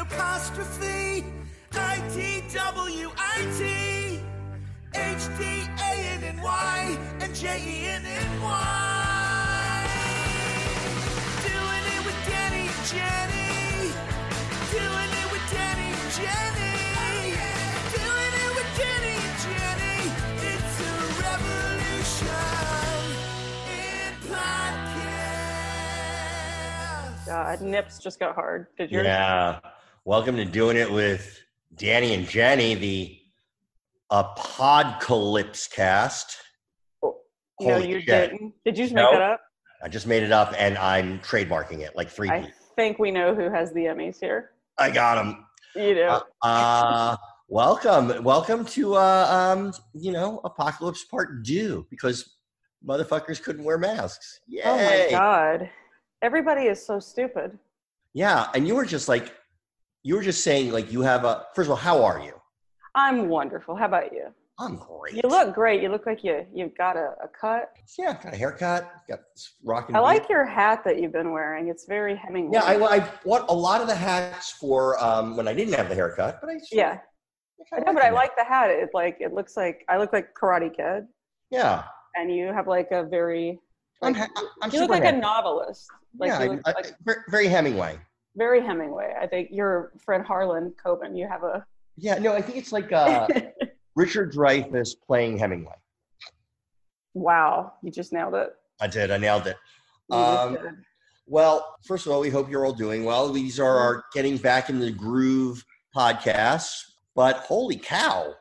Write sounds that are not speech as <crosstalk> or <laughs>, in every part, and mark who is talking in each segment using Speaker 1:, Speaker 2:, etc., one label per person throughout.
Speaker 1: apostrophe I-T-W-I-T H-D-A-N-N-Y and E J-E-N-N-Y Doing it with Danny and Jenny Doing it with Danny and Jenny Doing it with Danny and Jenny It's a revolution in podcast
Speaker 2: God, nips just got hard. Did you?
Speaker 3: Yeah. Welcome to Doing It with Danny and Jenny, the Apodcalypse cast.
Speaker 2: Oh, no,
Speaker 3: Holy
Speaker 2: you
Speaker 3: shit.
Speaker 2: didn't. Did you just
Speaker 3: Nope.
Speaker 2: make that up?
Speaker 3: I just made it up and I'm trademarking it like three
Speaker 2: I
Speaker 3: people.
Speaker 2: think we know who has the Emmys here.
Speaker 3: I got them.
Speaker 2: You do.
Speaker 3: Uh, uh, welcome. Welcome to, uh, um, you know, Apocalypse Part 2 because motherfuckers couldn't wear masks. Yay.
Speaker 2: oh my god. Everybody is so stupid.
Speaker 3: Yeah. And you were just like, you were just saying, like, you have a, first of all, how are you?
Speaker 2: I'm wonderful. How about you?
Speaker 3: I'm great.
Speaker 2: You look great. You look like you you got a, a cut.
Speaker 3: Yeah, got a haircut. Got this rocking.
Speaker 2: I like your hat that you've been wearing. It's very Hemingway.
Speaker 3: Mhm. Yeah, I, well, I bought a lot of the hats for um, when I didn't have the haircut, but I just-
Speaker 2: yeah. I
Speaker 3: kinda
Speaker 2: know, but I
Speaker 3: them.
Speaker 2: like the hat. It like it looks like I look like Karate Kid,
Speaker 3: Yeah,
Speaker 2: and you have like a very
Speaker 3: I'm,
Speaker 2: like,
Speaker 3: ha- I'm
Speaker 2: you
Speaker 3: super
Speaker 2: look like a
Speaker 3: happy.
Speaker 2: novelist. Like
Speaker 3: yeah,
Speaker 2: you
Speaker 3: I-
Speaker 2: look
Speaker 3: I-
Speaker 2: like
Speaker 3: ver- very Hemingway.
Speaker 2: very Hemingway. I think your friend Harlan Coben. You have a
Speaker 3: Yeah, no, I think it's like
Speaker 2: <laughs>
Speaker 3: uh, Richard Dreyfuss playing Hemingway.
Speaker 2: Wow, you just nailed it.
Speaker 3: I did. I nailed it.
Speaker 2: You just
Speaker 3: Um,
Speaker 2: did.
Speaker 3: Well, first of all, we hope you're all doing well. These are our Getting Back in the Groove podcasts, but holy cow,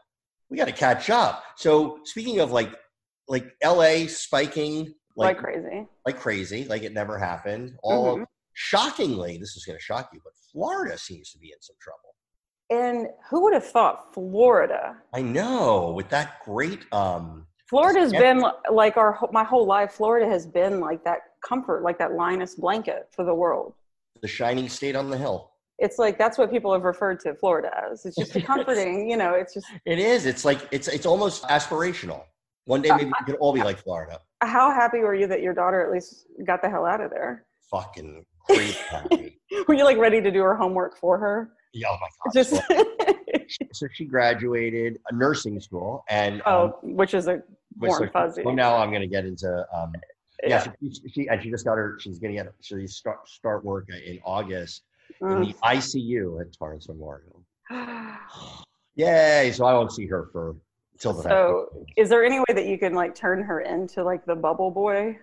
Speaker 3: we got to catch up. So, speaking of like, like LA spiking
Speaker 2: like, crazy.
Speaker 3: like crazy, like it never happened. All
Speaker 2: Mhm.
Speaker 3: shockingly, this is going to shock you, but Florida seems to be in some trouble.
Speaker 2: And who would have thought Florida?
Speaker 3: I know with that great um
Speaker 2: Florida's
Speaker 3: Yeah.
Speaker 2: been li- like our wh- my whole life. Florida has been like that comfort, like that Linus blanket for the world.
Speaker 3: the shining state on the hill.
Speaker 2: It's like that's what people have referred to Florida as. It's
Speaker 3: <laughs>
Speaker 2: just a
Speaker 3: Yes.
Speaker 2: comforting, you know. It's just
Speaker 3: It is. It's like it's it's almost aspirational. One day maybe we could all be like Florida.
Speaker 2: how happy were you that your daughter at least got the hell out of there? <laughs>
Speaker 3: Fucking crazy happy.
Speaker 2: Were you like ready to do her homework for her?
Speaker 3: Yeah, oh my god.
Speaker 2: Just
Speaker 3: So- so she graduated a nursing school and um,
Speaker 2: <laughs> oh, which is a
Speaker 3: wait,
Speaker 2: warm
Speaker 3: so-
Speaker 2: fuzzy.
Speaker 3: well now I'm gonna get into um yeah, so she, she and she just got her she's gonna get she start start work in August in
Speaker 2: Mm-hmm.
Speaker 3: the ICU at Torrance Memorial.
Speaker 2: Mm.
Speaker 3: Yay! So I won't see her for till the
Speaker 2: So, is there any way that you can like turn her into like the bubble boy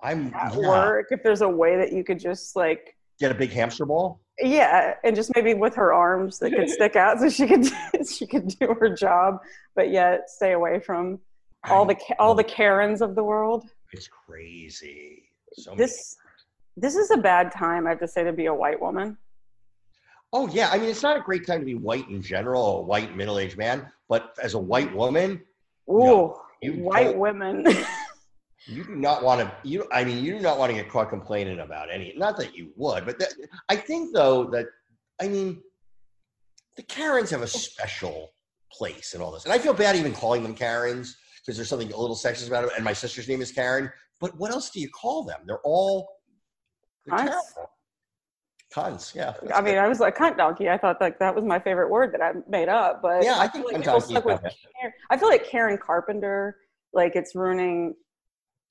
Speaker 3: I'm
Speaker 2: at
Speaker 3: yeah.
Speaker 2: work? If there's a way that you could just like,
Speaker 3: get a big hamster ball.
Speaker 2: yeah, and just maybe with her arms that could stick out so she could <laughs> she could do her job, but yet stay away from all the Ka- all the Karens of the world.
Speaker 3: it's crazy. So many-
Speaker 2: This this is a bad time, I have to say, to be a white woman.
Speaker 3: oh yeah, I mean it's not a great time to be white in general, a white middle aged man, but as a white woman,
Speaker 2: Ooh,
Speaker 3: No, you
Speaker 2: white
Speaker 3: don't-
Speaker 2: women.
Speaker 3: you do not want to. You, I mean, you do not want to get caught complaining about any. Not that you would, but that, I think though that I mean, the Karens have a special place in all this, and I feel bad even calling them Karens because there's something a little sexist about it. And my sister's name is Karen, but what else do you call them? They're all they're
Speaker 2: Cunts.
Speaker 3: terrible. Cunts, yeah. that's
Speaker 2: <laughs> I mean, I was like cunt donkey. I thought like that was my favorite word that I made up, but
Speaker 3: good. yeah, I
Speaker 2: feel
Speaker 3: think
Speaker 2: like
Speaker 3: I'm
Speaker 2: people
Speaker 3: talking
Speaker 2: stuck with
Speaker 3: about that.
Speaker 2: Karen- I feel like Karen Carpenter, like it's ruining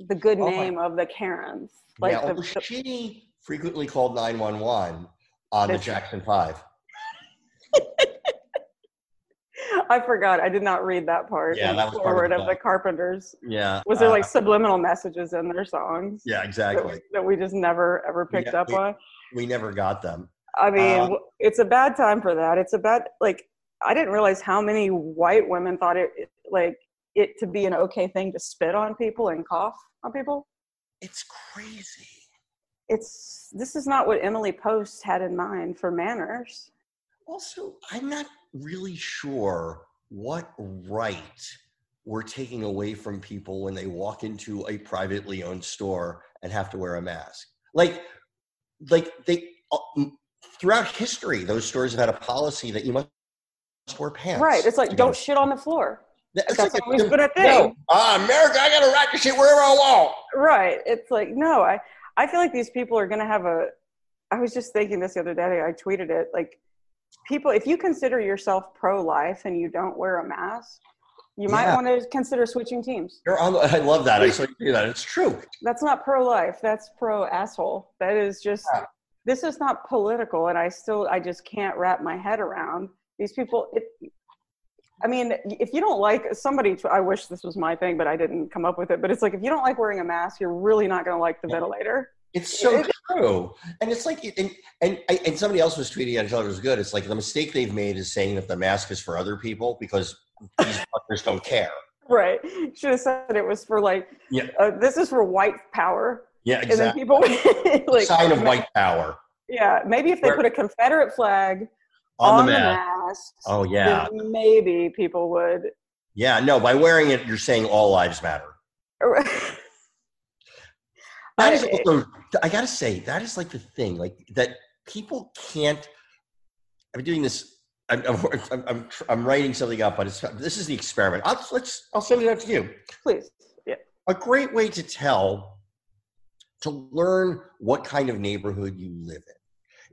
Speaker 2: the good
Speaker 3: Oh my-
Speaker 2: name of the Karens. Like
Speaker 3: Yeah,
Speaker 2: the,
Speaker 3: oh although she frequently called nine one one on the
Speaker 2: That's-
Speaker 3: Jackson Five.
Speaker 2: I forgot. I did not read that part.
Speaker 3: Yeah,
Speaker 2: in
Speaker 3: that
Speaker 2: the
Speaker 3: was part of
Speaker 2: forward
Speaker 3: the
Speaker 2: of the
Speaker 3: book.
Speaker 2: Carpenters.
Speaker 3: Yeah,
Speaker 2: Was there
Speaker 3: uh,
Speaker 2: like subliminal messages in their songs
Speaker 3: yeah,
Speaker 2: that,
Speaker 3: exactly.
Speaker 2: we, that we just never ever
Speaker 3: We
Speaker 2: picked
Speaker 3: ne-
Speaker 2: up
Speaker 3: we-
Speaker 2: on?
Speaker 3: we never got them.
Speaker 2: I mean,
Speaker 3: uh,
Speaker 2: w- it's a bad time for that. It's a bad like I didn't realize how many white women thought it it- like it to be an okay thing to spit on people and cough on people.
Speaker 3: It's crazy.
Speaker 2: It's this is not what Emily Post had in mind for manners.
Speaker 3: Also, I'm not really sure what right we're taking away from people when they walk into a privately owned store and have to wear a mask. Like, like they uh, m- throughout history, those stores have had a policy that you must wear pants.
Speaker 2: Right. It's like
Speaker 3: to go
Speaker 2: don't
Speaker 3: to-
Speaker 2: shit on the floor.
Speaker 3: That- it's
Speaker 2: That's
Speaker 3: like a-
Speaker 2: always been a
Speaker 3: No,
Speaker 2: thing.
Speaker 3: uh, America, I got a right to shit wherever I want.
Speaker 2: Right. It's like no, I I feel like these people are going to have a I was just thinking this the other day. I tweeted it like people, if you consider yourself pro-life and you don't wear a mask, you might
Speaker 3: Yeah.
Speaker 2: want to consider switching teams.
Speaker 3: You're on. The, I love that. I saw you do that. It's true.
Speaker 2: That's not pro-life. That's pro-asshole. That is just.
Speaker 3: Yeah.
Speaker 2: This is not political, and I still I just can't wrap my head around these people. It, I mean, if you don't like somebody, I wish this was my thing, but I didn't come up with it. But it's like if you don't like wearing a mask, you're really not going to like the ventilator. <laughs>
Speaker 3: It's so
Speaker 2: It-
Speaker 3: true. And it's like, and and I- and somebody else was tweeting. I thought it was good. It's like the mistake they've made is saying that the mask is for other people because these <laughs> fuckers don't care.
Speaker 2: Right? Should have said it was for like.
Speaker 3: Yeah.
Speaker 2: Uh, this is for white power,
Speaker 3: Yeah,
Speaker 2: and then
Speaker 3: exactly.
Speaker 2: people <laughs> like
Speaker 3: Sign of white power
Speaker 2: Yeah, maybe if they
Speaker 3: Where-
Speaker 2: put a Confederate flag
Speaker 3: on,
Speaker 2: on
Speaker 3: the mask.
Speaker 2: mask
Speaker 3: Oh yeah,
Speaker 2: then maybe people would.
Speaker 3: yeah. No, by wearing it, you're saying all lives matter. That is
Speaker 2: I- eh,
Speaker 3: also, I gotta say, that is like the thing, like that people can't. I'm doing this. I'm I'm I'm, I'm, tr- I'm writing something up, but it's this is the experiment. I'll, let's I'll send it out to you.
Speaker 2: please. Yeah.
Speaker 3: A great way to tell, to learn what kind of neighborhood you live in,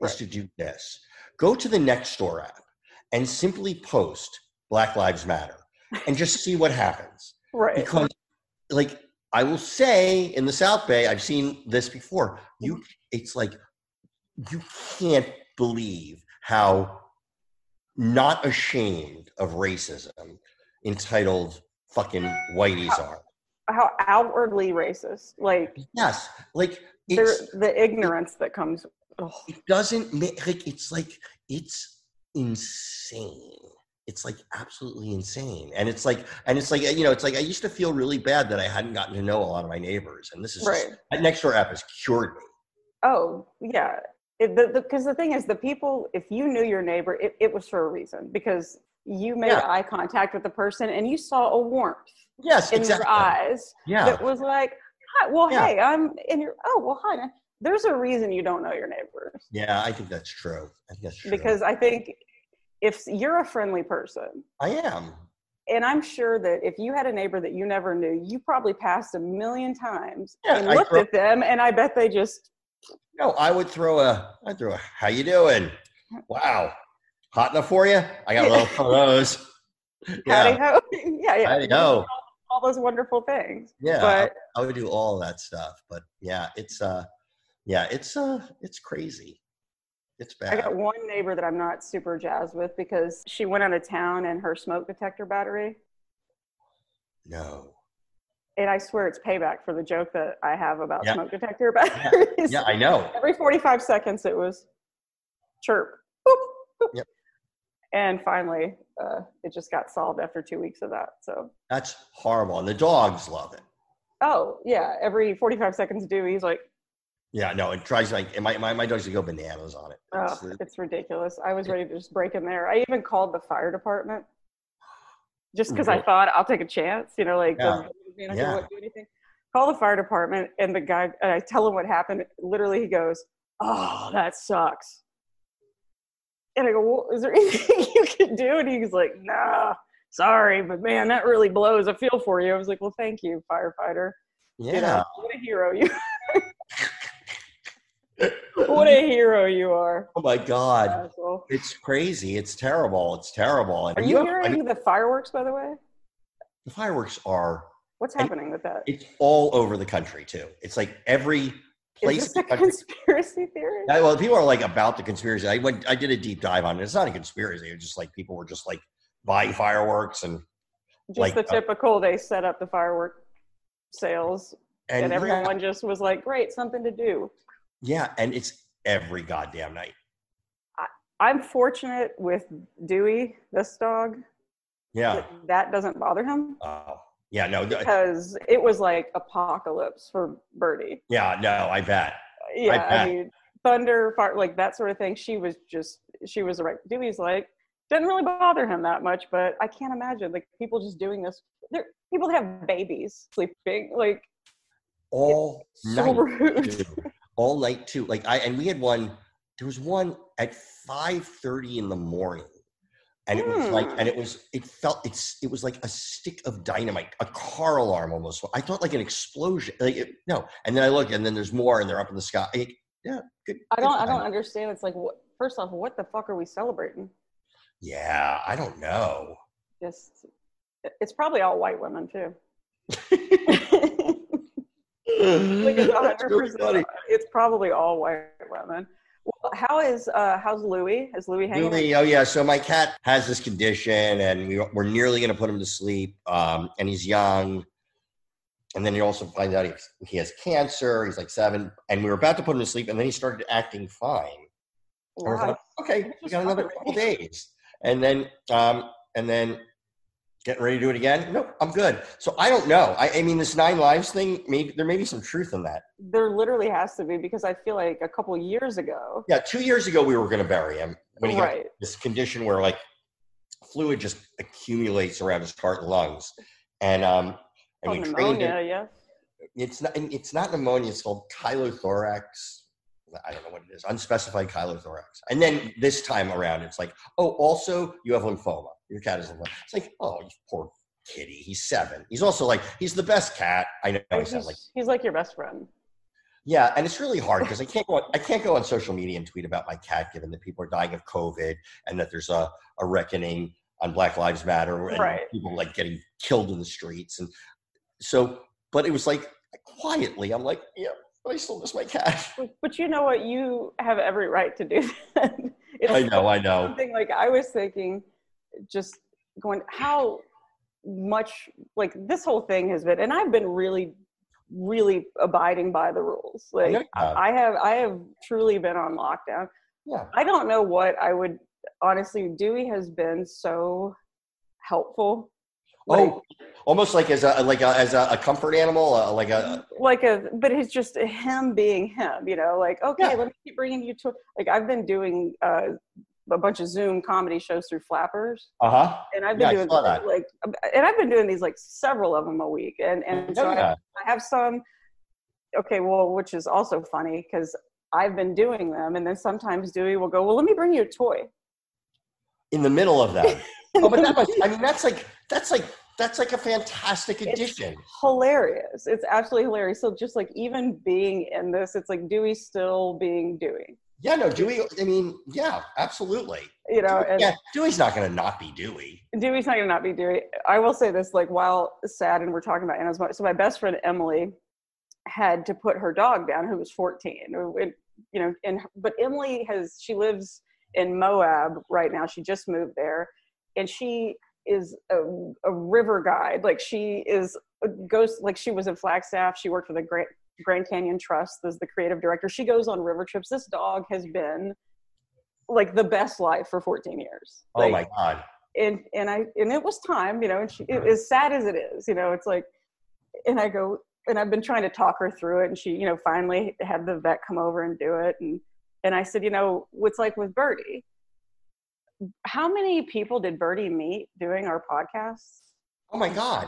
Speaker 2: Right.
Speaker 3: is to do this. Go to the Nextdoor app and simply post Black Lives Matter, and just see what happens
Speaker 2: Right.
Speaker 3: because like i will say in the south bay i've seen this before you it's like you can't believe how not ashamed of racism entitled fucking whiteys are
Speaker 2: How outwardly racist. Like
Speaker 3: yes like
Speaker 2: there,
Speaker 3: it's,
Speaker 2: the ignorance that comes. Ugh.
Speaker 3: it doesn't make like it's like it's insane it's like absolutely insane and it's like and it's like you know it's like i used to feel really bad that i hadn't gotten to know a lot of my neighbors and this is just
Speaker 2: Right.
Speaker 3: That next door app has cured me.
Speaker 2: Oh, yeah. Because the, because the thing is, the people, if you knew your neighbor, it, it was for a reason because you made
Speaker 3: Yeah.
Speaker 2: eye contact with the person and you saw a warmth
Speaker 3: Yes,
Speaker 2: in
Speaker 3: exactly.
Speaker 2: their eyes
Speaker 3: Yeah,
Speaker 2: that was like, hi, well,
Speaker 3: Yeah.
Speaker 2: hey, I'm in your, oh, well, hi. man. There's a reason you don't know your neighbors.
Speaker 3: yeah. I think that's true. I think that's true.
Speaker 2: because I think if you're a friendly person,
Speaker 3: I am.
Speaker 2: and I'm sure that if you had a neighbor that you never knew, you probably passed a million times
Speaker 3: Yeah,
Speaker 2: and
Speaker 3: I
Speaker 2: looked
Speaker 3: grew-
Speaker 2: at them, and I bet they just
Speaker 3: No, I would throw a. I throw a. How you doing? Wow, hot enough for you? I got a little
Speaker 2: <laughs>
Speaker 3: for those.
Speaker 2: howdy
Speaker 3: Yeah,
Speaker 2: ho, <laughs> yeah, yeah,
Speaker 3: howdy ho.
Speaker 2: all those wonderful things.
Speaker 3: Yeah,
Speaker 2: but
Speaker 3: I would do all that stuff. But yeah, it's uh, yeah, it's uh, it's crazy. It's
Speaker 2: I
Speaker 3: bad.
Speaker 2: got one neighbor that I'm not super jazzed with because she went out of town and her smoke detector battery.
Speaker 3: no.
Speaker 2: And I swear it's payback for the joke that I have about
Speaker 3: Yeah.
Speaker 2: smoke detector batteries.
Speaker 3: Yeah, I know.
Speaker 2: <laughs> every 45 seconds it was chirp boop, boop.
Speaker 3: Yep.
Speaker 2: and finally uh, it just got solved after two weeks of that so
Speaker 3: That's horrible, and the dogs love it.
Speaker 2: oh yeah every 45 seconds do he's like
Speaker 3: Yeah, no, it tries like and my my my dogs go bananas on it.
Speaker 2: oh,
Speaker 3: It's the-
Speaker 2: it's ridiculous i was ready to just break in there i even called the fire department just because i
Speaker 3: Really?
Speaker 2: thought i'll take a chance you know like
Speaker 3: Oh, Yeah.
Speaker 2: the, you know,
Speaker 3: Yeah.
Speaker 2: won't do anything. call the fire department and the guy and i tell him what happened literally he goes oh that sucks and I go, well, is there <laughs> anything you can do? And he's like, nah, sorry, but man, that really blows. I feel for you. I was like, well, thank you, firefighter.
Speaker 3: yeah.
Speaker 2: You know, <laughs> what a hero you <laughs> What a hero you are.
Speaker 3: Oh my God.
Speaker 2: asshole.
Speaker 3: It's crazy. It's terrible. It's terrible. And
Speaker 2: Are you
Speaker 3: I mean,
Speaker 2: hearing the fireworks, by the way?
Speaker 3: the fireworks are,
Speaker 2: What's
Speaker 3: And-
Speaker 2: happening with that? Is
Speaker 3: it's all over the country too. It's like every place.
Speaker 2: this
Speaker 3: in
Speaker 2: a
Speaker 3: the country-
Speaker 2: conspiracy theory?
Speaker 3: Yeah, well, people are like about the conspiracy. I went, I did a deep dive on it. It's not a conspiracy. It's just like people were just like buying fireworks and,
Speaker 2: Just
Speaker 3: like,
Speaker 2: the
Speaker 3: uh,
Speaker 2: typical, they set up the firework sales
Speaker 3: and,
Speaker 2: and,
Speaker 3: everyone.
Speaker 2: everyone just was like, great, something to do.
Speaker 3: yeah. And it's every goddamn night.
Speaker 2: I'm fortunate with Dewey, this dog,
Speaker 3: Yeah.
Speaker 2: that that doesn't bother him.
Speaker 3: Oh, yeah. No, no,
Speaker 2: because it was like apocalypse for Birdie.
Speaker 3: yeah. No, I bet.
Speaker 2: Yeah, I,
Speaker 3: bet.
Speaker 2: mean, thunder, fire, like that sort of thing. She was just, she was right. Dewey's like, didn't really bother him that much, but I can't imagine like people just doing this. There, people that have babies sleeping, like
Speaker 3: All
Speaker 2: so
Speaker 3: night.
Speaker 2: rude.
Speaker 3: too, all night too. Like I and we had one. There was one at five thirty in the morning, and it was like,
Speaker 2: Hmm.
Speaker 3: and it was, it felt, it's, it was like a stick of dynamite, a car alarm almost. I thought like an explosion. Like it, no, and then I look, and then there's more, and they're up in the sky. Like, yeah, good.
Speaker 2: I
Speaker 3: good
Speaker 2: don't, I
Speaker 3: time.
Speaker 2: don't understand. It's like what First off, what the fuck are we celebrating?
Speaker 3: Yeah, I don't know.
Speaker 2: Just it's probably all white women too. <laughs> like it's
Speaker 3: <laughs> That's really
Speaker 2: 100%,
Speaker 3: funny.
Speaker 2: It's probably all white women. Well, how is uh how's Louis? Is Louis hanging?
Speaker 3: Really, oh yeah. So my cat has this condition, and we, we're nearly going to put him to sleep. Um, and he's young, and then you also find out he, he has cancer. He's like seven, and we were about to put him to sleep, and then he started acting fine. And I was
Speaker 2: Wow.
Speaker 3: like, okay, we
Speaker 2: Just
Speaker 3: got another
Speaker 2: fucking
Speaker 3: couple days. And then, um, and then getting ready to do it again. Nope, I'm good. So I don't know. I, I mean, this nine lives thing, maybe there may be some truth in that.
Speaker 2: There literally has to be because I feel like a couple years ago.
Speaker 3: Yeah, two years ago, we were going to bury him when he got
Speaker 2: Right.
Speaker 3: this condition where like fluid just accumulates around his heart and lungs. And, um, and
Speaker 2: Oh,
Speaker 3: we trained
Speaker 2: pneumonia,
Speaker 3: him.
Speaker 2: yeah.
Speaker 3: It's not, and it's not pneumonia. It's called chylothorax. I don't know what it is. Unspecified chylothorax. And then this time around, it's like, oh, also you have lymphoma. Your cat is lymphoma. It's like, oh, you poor kitty. He's seven. He's also like, he's the best cat. I know. I
Speaker 2: he's,
Speaker 3: sound like,
Speaker 2: he's like your best friend.
Speaker 3: yeah, and it's
Speaker 2: <laughs>
Speaker 3: really hard because I can't go. On, I can't go on social media and tweet about my cat, given that people are dying of COVID and that there's a, a reckoning on Black Lives Matter and
Speaker 2: Right.
Speaker 3: people like getting killed in the streets. And so, but it was like quietly, I'm like, yeah, but I still miss my cat. <laughs>
Speaker 2: But- But you know what? You have every right to do <laughs> that. It's
Speaker 3: I know, I know.
Speaker 2: <laughs> something like I was thinking, just going how much like this whole thing has been, and I've been really, really abiding by the rules.
Speaker 3: I know
Speaker 2: Like
Speaker 3: you have.
Speaker 2: I have, I have truly been on lockdown.
Speaker 3: Yeah.
Speaker 2: I don't know what I would honestly. Dewey has been so helpful. Like,
Speaker 3: oh, almost like as a like a, as a, a comfort animal, uh, like a
Speaker 2: like a but it's just him being him you know like okay
Speaker 3: Yeah.
Speaker 2: let me keep bringing you to like i've been doing uh, a bunch of zoom comedy shows through flappers
Speaker 3: uh huh.
Speaker 2: and i've
Speaker 3: Yeah, I
Speaker 2: been doing
Speaker 3: saw that.
Speaker 2: like and i've been doing these like several of them a week and and so I,
Speaker 3: Yeah.
Speaker 2: I have some okay well which is also funny because i've been doing them and then sometimes dewey will go well let me bring you a toy
Speaker 3: In the middle
Speaker 2: <laughs>
Speaker 3: of that. oh, but that must, I mean, that's like that's like that's like a fantastic
Speaker 2: It's-
Speaker 3: addition.
Speaker 2: hilarious it's absolutely hilarious so just like even being in this it's like dewey still being dewey
Speaker 3: Yeah, no, Dewey. I mean, yeah, absolutely.
Speaker 2: you know and
Speaker 3: yeah, Dewey's not going to not be Dewey.
Speaker 2: Dewey's not gonna not be Dewey. I will say this, like while sad and we're talking about animals, so my best friend Emily had to put her dog down, who was 14. It- you know, and but Emily has she lives in Moab right now. She just moved there, and she is a, a river guide. Like she is goes like she was in Flagstaff. She worked for the Grand Grand Canyon Trust as the creative director. She goes on river trips. This dog has been like the best life for 14 years.
Speaker 3: oh
Speaker 2: Like,
Speaker 3: my God.
Speaker 2: and and I and it was time, you know, and she,
Speaker 3: Uh-huh.
Speaker 2: it, as sad as it is, you know, it's like, and I go and I've been trying to talk her through it, and she, you know, finally had the vet come over and do it, and and I said, you know, what's like with Birdie? How many people did Birdie meet doing our podcast?
Speaker 3: Oh my God.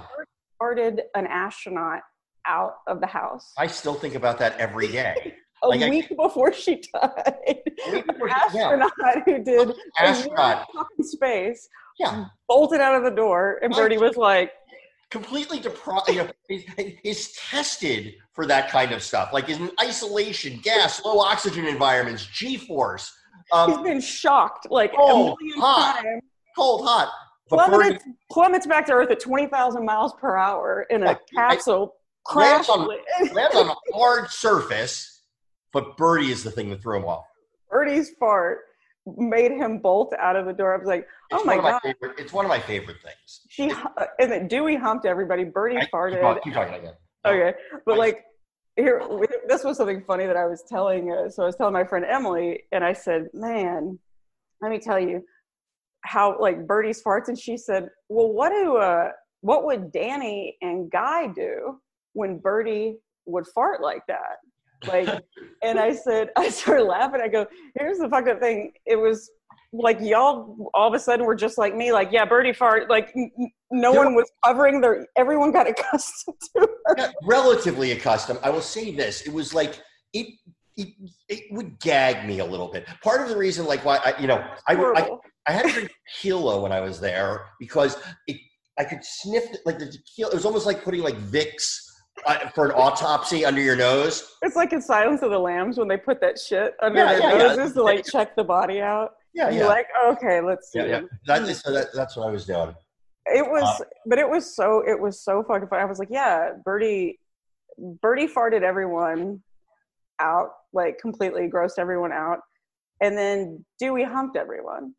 Speaker 2: Started an astronaut out of the house
Speaker 3: I still think about that every
Speaker 2: <laughs>
Speaker 3: day.
Speaker 2: a
Speaker 3: like I-
Speaker 2: week before she died.
Speaker 3: week before
Speaker 2: An
Speaker 3: she- yeah.
Speaker 2: astronaut who did a year
Speaker 3: Astronaut.
Speaker 2: in fucking space
Speaker 3: Yeah,
Speaker 2: bolted out of the door, and
Speaker 3: I-
Speaker 2: Birdie was like.
Speaker 3: completely deprived. You know, is, is tested for that kind of stuff, like in isolation, gas, low oxygen environments, G-force,
Speaker 2: He's
Speaker 3: um,
Speaker 2: been shocked like
Speaker 3: Oh,
Speaker 2: a million
Speaker 3: hot.
Speaker 2: times.
Speaker 3: cold, hot. But Bernie
Speaker 2: Plummets, plummets back to Earth at 20,000 miles per hour in
Speaker 3: Yeah,
Speaker 2: a capsule.
Speaker 3: lands
Speaker 2: Crash.
Speaker 3: on- lands on a hard surface, but Birdie is the thing that threw him off.
Speaker 2: <laughs> Birdie's fart made him bolt out of the door. I was like,
Speaker 3: It's
Speaker 2: oh my
Speaker 3: one of
Speaker 2: God.
Speaker 3: favorite, it's one of my favorite things.
Speaker 2: She uh, and then Dewey humped everybody. Birdie
Speaker 3: I- keep
Speaker 2: farted.
Speaker 3: talking- keep talking again.
Speaker 2: Okay, but
Speaker 3: I-
Speaker 2: like here, this was something funny that I was telling. Uh, so I was telling my friend Emily, and I said, "Man, let me tell you how like Birdie's farts." And she said, "Well, what do uh, what would Danny and Guy do when Birdie would fart like that?" Like, and I said, I started laughing. I go, "Here's the fucked up thing. It was." Like y'all, all of a sudden, were just like me. Like, yeah, birdie fart. Like, n- n- no
Speaker 3: Yeah.
Speaker 2: one was covering their. Everyone got <laughs> accustomed to
Speaker 3: Yeah, relatively accustomed. I will say this: it was like it, it, it would gag me a little bit. Part of the reason, like why, I, you know, I, would- I
Speaker 2: horrible.
Speaker 3: I had to drink tequila when I was there because it, I could sniff the- like the tequila. It was almost like putting like Vicks uh, for an autopsy under your nose.
Speaker 2: It's like in Silence of the Lambs when they put that shit under
Speaker 3: Yeah,
Speaker 2: their
Speaker 3: yeah, yeah.
Speaker 2: noses to like check the body out.
Speaker 3: Yeah,
Speaker 2: You're
Speaker 3: yeah,
Speaker 2: like, okay, let's see.
Speaker 3: yeah, Uh, yeah. That, so that, that's what I was doing.
Speaker 2: It was, but it was so, it was so fucking funny. I was like, yeah, Birdie, Birdie farted everyone out, like completely grossed everyone out, and then Dewey humped everyone.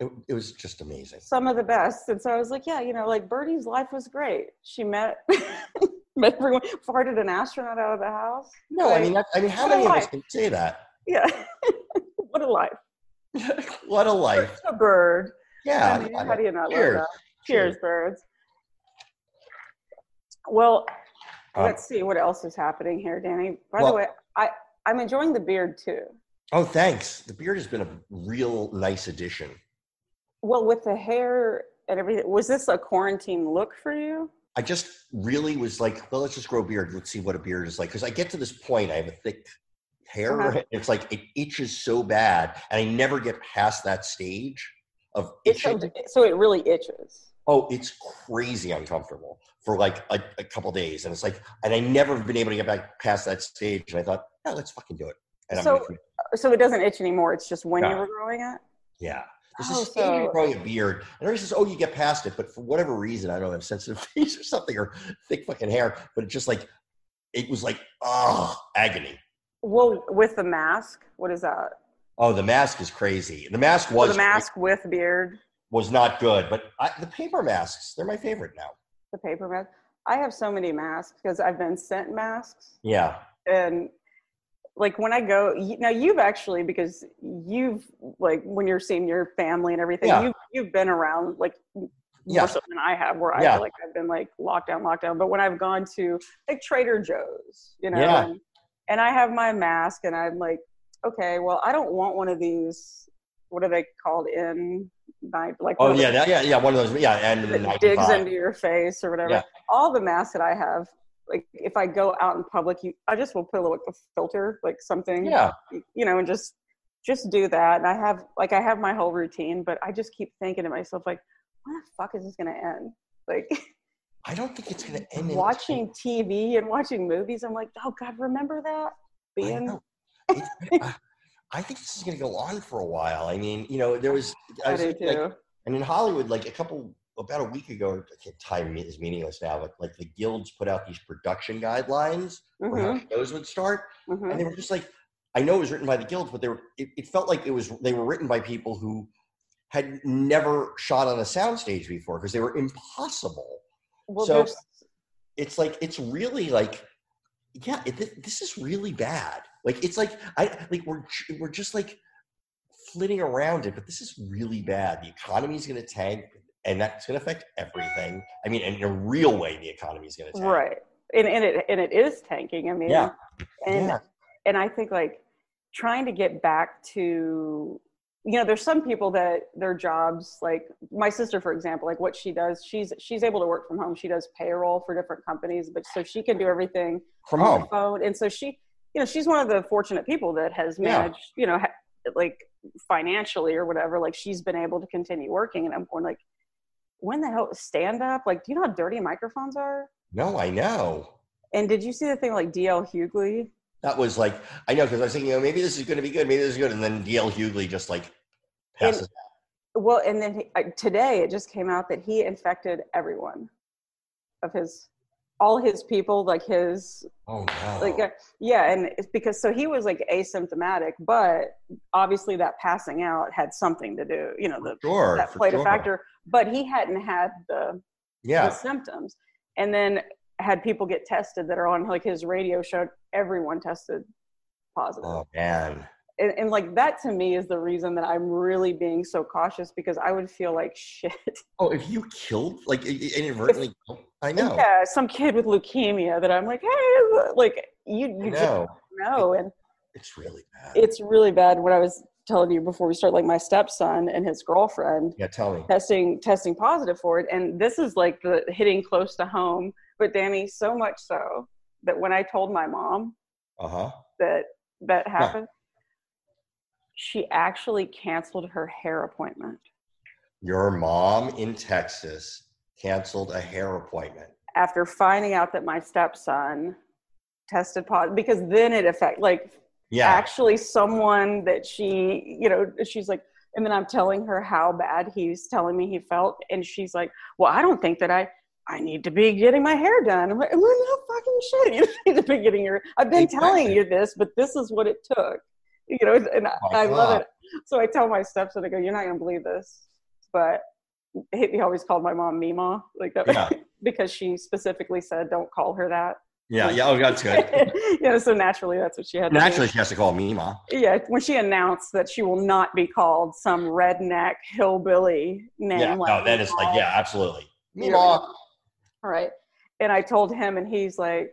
Speaker 3: It, it was just amazing.
Speaker 2: Some of the best, and so I was like, yeah, you know, like Birdie's life was great. She met, <laughs> met everyone, farted an astronaut out of the house.
Speaker 3: No, I mean, that, I mean, how
Speaker 2: What a
Speaker 3: many of us
Speaker 2: life.
Speaker 3: can say that?
Speaker 2: Yeah, <laughs> what a life.
Speaker 3: What a life!
Speaker 2: A bird.
Speaker 3: Yeah,
Speaker 2: I mean,
Speaker 3: yeah,
Speaker 2: how do you not
Speaker 3: Cheers.
Speaker 2: love that? Cheers, birds. Well,
Speaker 3: Um,
Speaker 2: let's see what else is happening here, Danny. By
Speaker 3: well-
Speaker 2: the way, I I'm enjoying the beard too.
Speaker 3: Oh, thanks. The beard has been a real nice addition.
Speaker 2: Well, with the hair and everything, was this a quarantine look for you?
Speaker 3: I just really was like, well, let's just grow a beard. Let's see what a beard is like. Because I get to this point, I have a thick hair.
Speaker 2: Uh-huh.
Speaker 3: and It's like it itches so bad, and I never get past that stage of
Speaker 2: It
Speaker 3: itching.
Speaker 2: so, so it really itches.
Speaker 3: oh, it's crazy uncomfortable for like a, a couple days, and it's like, and I never have been able to get back past that stage. And I thought, yeah, let's fucking do it. And
Speaker 2: So-
Speaker 3: gonna-
Speaker 2: So it doesn't itch anymore. It's just when you
Speaker 3: No.
Speaker 2: were growing it.
Speaker 3: yeah. There's
Speaker 2: Oh,
Speaker 3: this stage when you're
Speaker 2: so-
Speaker 3: growing a beard, and everybody says, "Oh, you get past it," but for whatever reason, I don't have sensitive <laughs> face or something or thick fucking hair, but it's just like it was like oh agony.
Speaker 2: Well, with the mask, what is that?
Speaker 3: Oh, the mask is crazy. The mask
Speaker 2: Well,
Speaker 3: was
Speaker 2: the mask with beard,
Speaker 3: was not good, but I, the paper masks they're my favorite now.
Speaker 2: the paper mask. I have so many masks because I've been sent masks.
Speaker 3: Yeah,
Speaker 2: and like when I go y- now, you've actually because you've like when you're seeing your family and everything,
Speaker 3: Yeah.
Speaker 2: you've you've been around like
Speaker 3: yeah,
Speaker 2: more so than I have, where I
Speaker 3: Yeah.
Speaker 2: feel like I've been like lockdown, lockdown. But when I've gone to like Trader Joe's, you know,
Speaker 3: Yeah.
Speaker 2: and, and I have my mask, and I'm like, okay, well, I don't want one of these. What are they called? In night, like
Speaker 3: oh
Speaker 2: one of
Speaker 3: yeah, yeah, yeah, one of those. Yeah, and
Speaker 2: that
Speaker 3: the
Speaker 2: digs
Speaker 3: 95.
Speaker 2: into your face or whatever.
Speaker 3: Yeah.
Speaker 2: All the masks that I have, like if I go out in public, you, I just will put a little like, a filter, like something,
Speaker 3: yeah,
Speaker 2: you know, and just just do that. And I have like I have my whole routine, but I just keep thinking to myself like, when the fuck is this gonna end? Like <laughs>
Speaker 3: I don't think it's gonna end. in-
Speaker 2: watching TV and watching movies, I'm like, oh god, remember that
Speaker 3: I
Speaker 2: being.
Speaker 3: know. It's- I- I think this is gonna go on for a while. I mean, you know, there was.
Speaker 2: I
Speaker 3: was
Speaker 2: do
Speaker 3: like,
Speaker 2: too.
Speaker 3: And in Hollywood, like a couple, about a week ago, I can't- time is meaningless now, but like the guilds put out these production guidelines for
Speaker 2: hmm
Speaker 3: how shows would start.
Speaker 2: hmm
Speaker 3: And they were just like, I know it was written by the guilds, but they were, it, it felt like it was, they were written by people who had never shot on a soundstage before because they were impossible.
Speaker 2: Well,
Speaker 3: so-
Speaker 2: there's
Speaker 3: It's like, it's really like, yeah, it, thi- this is really bad. Like, it's like, I, like, we're, j- we're just like flitting around it, but this is really bad. The economy is going to tank and that's going to affect everything. I mean, in a real way, the economy is going to tank.
Speaker 2: right, and and it and it is tanking. I mean,
Speaker 3: Yeah.
Speaker 2: and
Speaker 3: Yeah.
Speaker 2: and I think like trying to get back to you know there's some people that their jobs like my sister for example like what she does she's she's able to work from home she does payroll for different companies but so she can do everything
Speaker 3: From
Speaker 2: on
Speaker 3: home.
Speaker 2: the phone and so she you know she's one of the fortunate people that has
Speaker 3: Yeah.
Speaker 2: managed you know ha- like financially or whatever like she's been able to continue working and I'm going like when the hell stand up like do you know how dirty microphones are
Speaker 3: No, I know.
Speaker 2: and did you see the thing like DL Hughley
Speaker 3: That was like I know because I was thinking, you know, maybe this is going to be good, maybe this is good, and then DL Hughley just like
Speaker 2: And-
Speaker 3: passes.
Speaker 2: Well, and then he, uh, today it just came out that he infected everyone of his, all his people, like his,
Speaker 3: oh no!
Speaker 2: like, uh, yeah. And it's because, so he was like asymptomatic, but obviously that passing out had something to do, you know, the,
Speaker 3: sure,
Speaker 2: uh, that
Speaker 3: for
Speaker 2: played a
Speaker 3: sure.
Speaker 2: factor, but he hadn't had the, the
Speaker 3: Yeah,
Speaker 2: symptoms. And then had people get tested that are on like his radio show, everyone tested positive
Speaker 3: oh man,
Speaker 2: and, and like that to me is the reason that I'm really being so cautious because I would feel like shit.
Speaker 3: oh if you killed like i- i- inadvertently, killed- I know,
Speaker 2: Yeah, some kid with leukemia that I'm like, hey, like you,
Speaker 3: I
Speaker 2: you just
Speaker 3: know,
Speaker 2: know. And
Speaker 3: it's really bad.
Speaker 2: it's really bad. What I was telling you before we start, like my stepson and his girlfriend
Speaker 3: yeah, tell me.
Speaker 2: testing testing positive for it, and this is like the hitting close to home. But Danny, so much so that when I told my mom
Speaker 3: Uh huh.
Speaker 2: that that happened, she actually canceled her hair appointment.
Speaker 3: Your mom in Texas canceled a hair appointment.
Speaker 2: after finding out that my stepson tested positive because then it affect like
Speaker 3: Yeah.
Speaker 2: actually someone that she you know she's like and then i'm telling her how bad he's telling me he felt and she's like well i don't think that i i need to be getting my hair done i'm like well no fucking shit you <laughs> don't need to be getting your i've been telling
Speaker 3: Exactly.
Speaker 2: you this but this is what it took you know and I,
Speaker 3: My
Speaker 2: I love
Speaker 3: God.
Speaker 2: it so i tell my stepson i go you're not going to believe this but he he always called my mom mima like that
Speaker 3: Yeah.
Speaker 2: <laughs> because she specifically said don't call her that
Speaker 3: Yeah. Yeah. Oh, that's good.
Speaker 2: <laughs> yeah so naturally that's what she had to do.
Speaker 3: Naturally, she has to call me, Ma.
Speaker 2: Yeah, when she announced that she will not be called some redneck hillbilly name.
Speaker 3: Yeah. No, then it's like,
Speaker 2: Meemaw.
Speaker 3: yeah, absolutely.
Speaker 2: You
Speaker 3: Me,
Speaker 2: know,
Speaker 3: Ma.
Speaker 2: All right. And I told him, and he's like,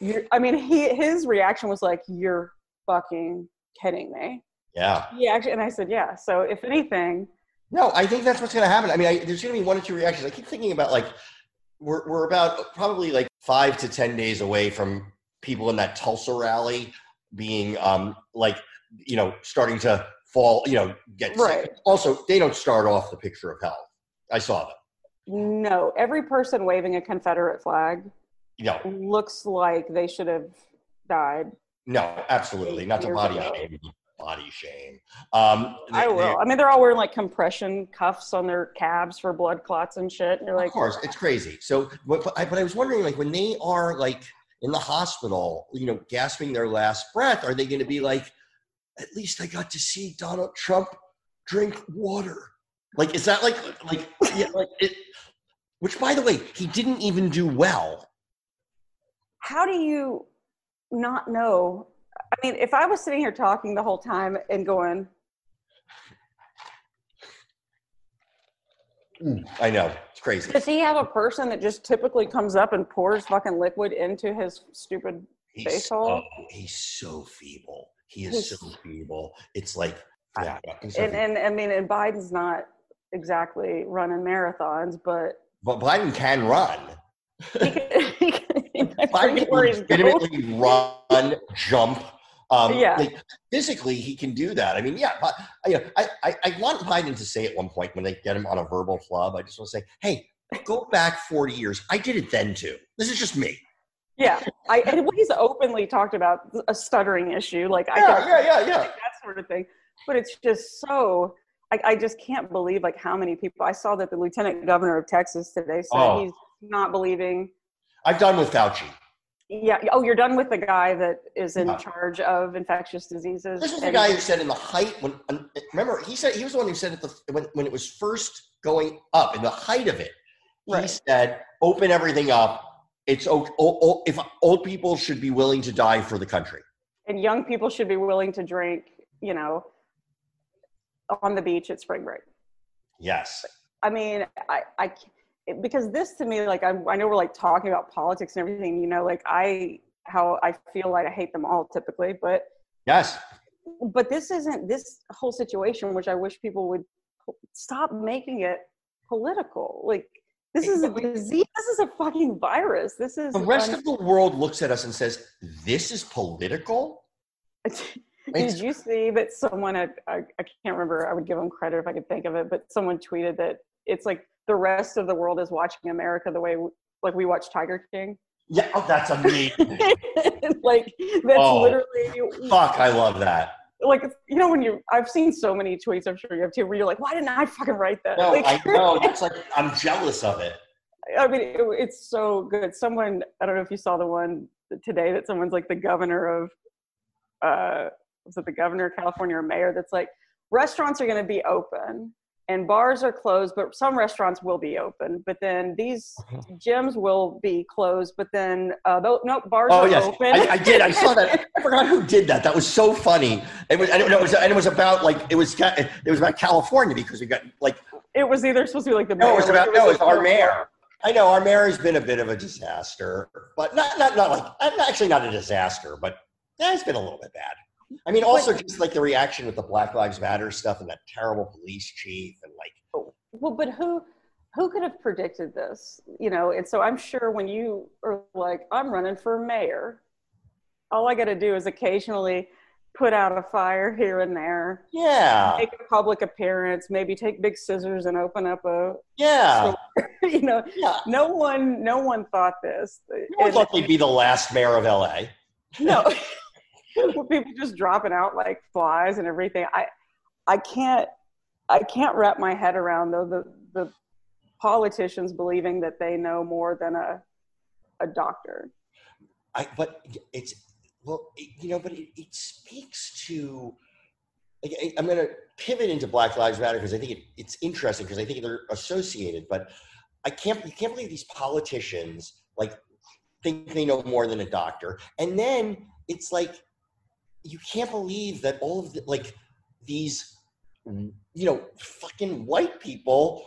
Speaker 2: you're, I mean, he his reaction was like, you're fucking kidding me.
Speaker 3: Yeah.
Speaker 2: Yeah, actually, and I said, yeah. So if anything,
Speaker 3: No, I think that's what's going to happen. I mean, I, there's going to be one or two reactions. I keep thinking about like we're we're about probably like five to ten days away from people in that Tulsa rally being um like you know starting to fall. You know, get sick.
Speaker 2: Right.
Speaker 3: Also, they don't start off the picture of health. I saw them.
Speaker 2: no, every person waving a Confederate flag
Speaker 3: You know,
Speaker 2: looks like they should have died.
Speaker 3: no, absolutely not to
Speaker 2: Years
Speaker 3: body
Speaker 2: ago.
Speaker 3: shame. Body shame. Um,
Speaker 2: I
Speaker 3: they- they-
Speaker 2: will. I mean, they're all wearing like compression cuffs on their calves for blood clots and shit. And you're like,
Speaker 3: of course, it's crazy. So, but, but I, but I was wondering, like, when they are like in the hospital, you know, gasping their last breath, are they going to be like, at least I got to see Donald Trump drink water? Like, is that like, like, yeah, like it? Which, by the way, he didn't even do well.
Speaker 2: how do you not know? I mean, if I was sitting here talking the whole time and going,
Speaker 3: I know it's crazy.
Speaker 2: does he have a person that just typically comes up and pours fucking liquid into his stupid?
Speaker 3: He's so,
Speaker 2: Baseball?
Speaker 3: he's so feeble. He is
Speaker 2: He's-
Speaker 3: so feeble. It's like, yeah, he's so
Speaker 2: And,
Speaker 3: feeble.
Speaker 2: and I mean, and Biden's not exactly running marathons, but
Speaker 3: but Biden can run.
Speaker 2: he can, <laughs> he can, he can
Speaker 3: Biden
Speaker 2: forget
Speaker 3: can
Speaker 2: where he's going.
Speaker 3: legitimately run, jump. Um,
Speaker 2: "Oh." Yeah.
Speaker 3: like, physically, he can do that. I mean, yeah. But you know, I, I, I want Biden to say at one point when they get him on a verbal flub, I just want to say, hey, go back 40 years. I did it then too. This is just me.
Speaker 2: Yeah, I, and he's openly talked about a stuttering issue. Like I
Speaker 3: Yeah,
Speaker 2: can
Speaker 3: yeah, yeah, yeah.
Speaker 2: like that sort of thing. But it's just so I, I just can't believe like how many people I saw that the lieutenant governor of Texas today said
Speaker 3: Oh.
Speaker 2: he's not believing.
Speaker 3: I've done with Fauci.
Speaker 2: Yeah. Oh, you're done with the guy that is in
Speaker 3: Yeah.
Speaker 2: charge of infectious diseases.
Speaker 3: This is the
Speaker 2: and-
Speaker 3: guy who said in the height when um, remember he said he was the one who said at the when, when it was first going up in the height of it. He
Speaker 2: Right.
Speaker 3: said, "Open everything up. It's o- o- o- if old people should be willing to die for the country."
Speaker 2: And young people should be willing to drink, you know, on the beach at spring break.
Speaker 3: Yes.
Speaker 2: I mean, I, I c- it- because this to me, like, I, I know we're like talking about politics and everything, you know, like I, how I feel like I hate them all typically, but
Speaker 3: Yes.
Speaker 2: but this isn't this whole situation which i wish people would po- stop making it political like this is a disease this is a fucking virus this is
Speaker 3: The rest
Speaker 2: un-
Speaker 3: of the world looks at us and says, "This is political."
Speaker 2: <laughs> did
Speaker 3: It's-
Speaker 2: you see that someone I, I, I can't remember i would give them credit if i could think of it but someone tweeted that it's like the rest of the world is watching america the way w- like we watch tiger
Speaker 3: <laughs>
Speaker 2: king <laughs>
Speaker 3: Yeah, oh, that's amazing.
Speaker 2: like that's
Speaker 3: Oh.
Speaker 2: literally
Speaker 3: Fuck, I love that.
Speaker 2: like it's- you know when you i've seen so many tweets i'm sure you have too where you're like why didn't i fucking write that
Speaker 3: No,
Speaker 2: like, <laughs>
Speaker 3: I know. It's like I'm jealous of it.
Speaker 2: I mean, it, it's so good. Someone, I don't know if you saw the one today that someone's like the governor of, uh, was it the governor of California or mayor that's like, restaurants are going to be open and bars are closed, but some restaurants will be open. But then
Speaker 3: <laughs>
Speaker 2: these gyms will be closed, but then, uh, no, no, bars
Speaker 3: Oh
Speaker 2: are
Speaker 3: yes,
Speaker 2: open.
Speaker 3: I, I did. I saw that. <laughs> I forgot who did that. That was so funny. It was, and, it, no, it was, and it was about like it was. ca- It was about California because we got like
Speaker 2: it was either supposed to be like the
Speaker 3: no, it was
Speaker 2: mayor,
Speaker 3: about
Speaker 2: like,
Speaker 3: no, it was
Speaker 2: like-
Speaker 3: our mayor. I know our mayor has been a bit of a disaster, but not not not like I'm actually not a disaster, but yeah, it's been a little bit bad. I mean, also just like the reaction with the Black Lives Matter stuff and that terrible police chief and like
Speaker 2: Well, but who who could have predicted this? You know, and so I'm sure when you are like, I'm running for mayor, all I got to do is occasionally put out a fire here and there,
Speaker 3: Yeah.
Speaker 2: make a public appearance, maybe take big scissors and open up a, <laughs>
Speaker 3: Yeah.
Speaker 2: you know,
Speaker 3: Yeah.
Speaker 2: no one, no one thought this.
Speaker 3: No one
Speaker 2: And-
Speaker 3: thought they'd be the last mayor of LA.
Speaker 2: <laughs> no, Well, people just dropping out like flies and everything. I, I can't, I can't wrap my head around though the the politicians believing that they know more than a a doctor.
Speaker 3: I, but it's well, it, you know, but it, it speaks to. Like, I- I'm going to pivot into Black Lives Matter because I think it, it's interesting because I think they're associated. But I can't, you can't believe these politicians like think they know more than a doctor, and then it's like you can't believe that all of the, like these, you know, fucking white people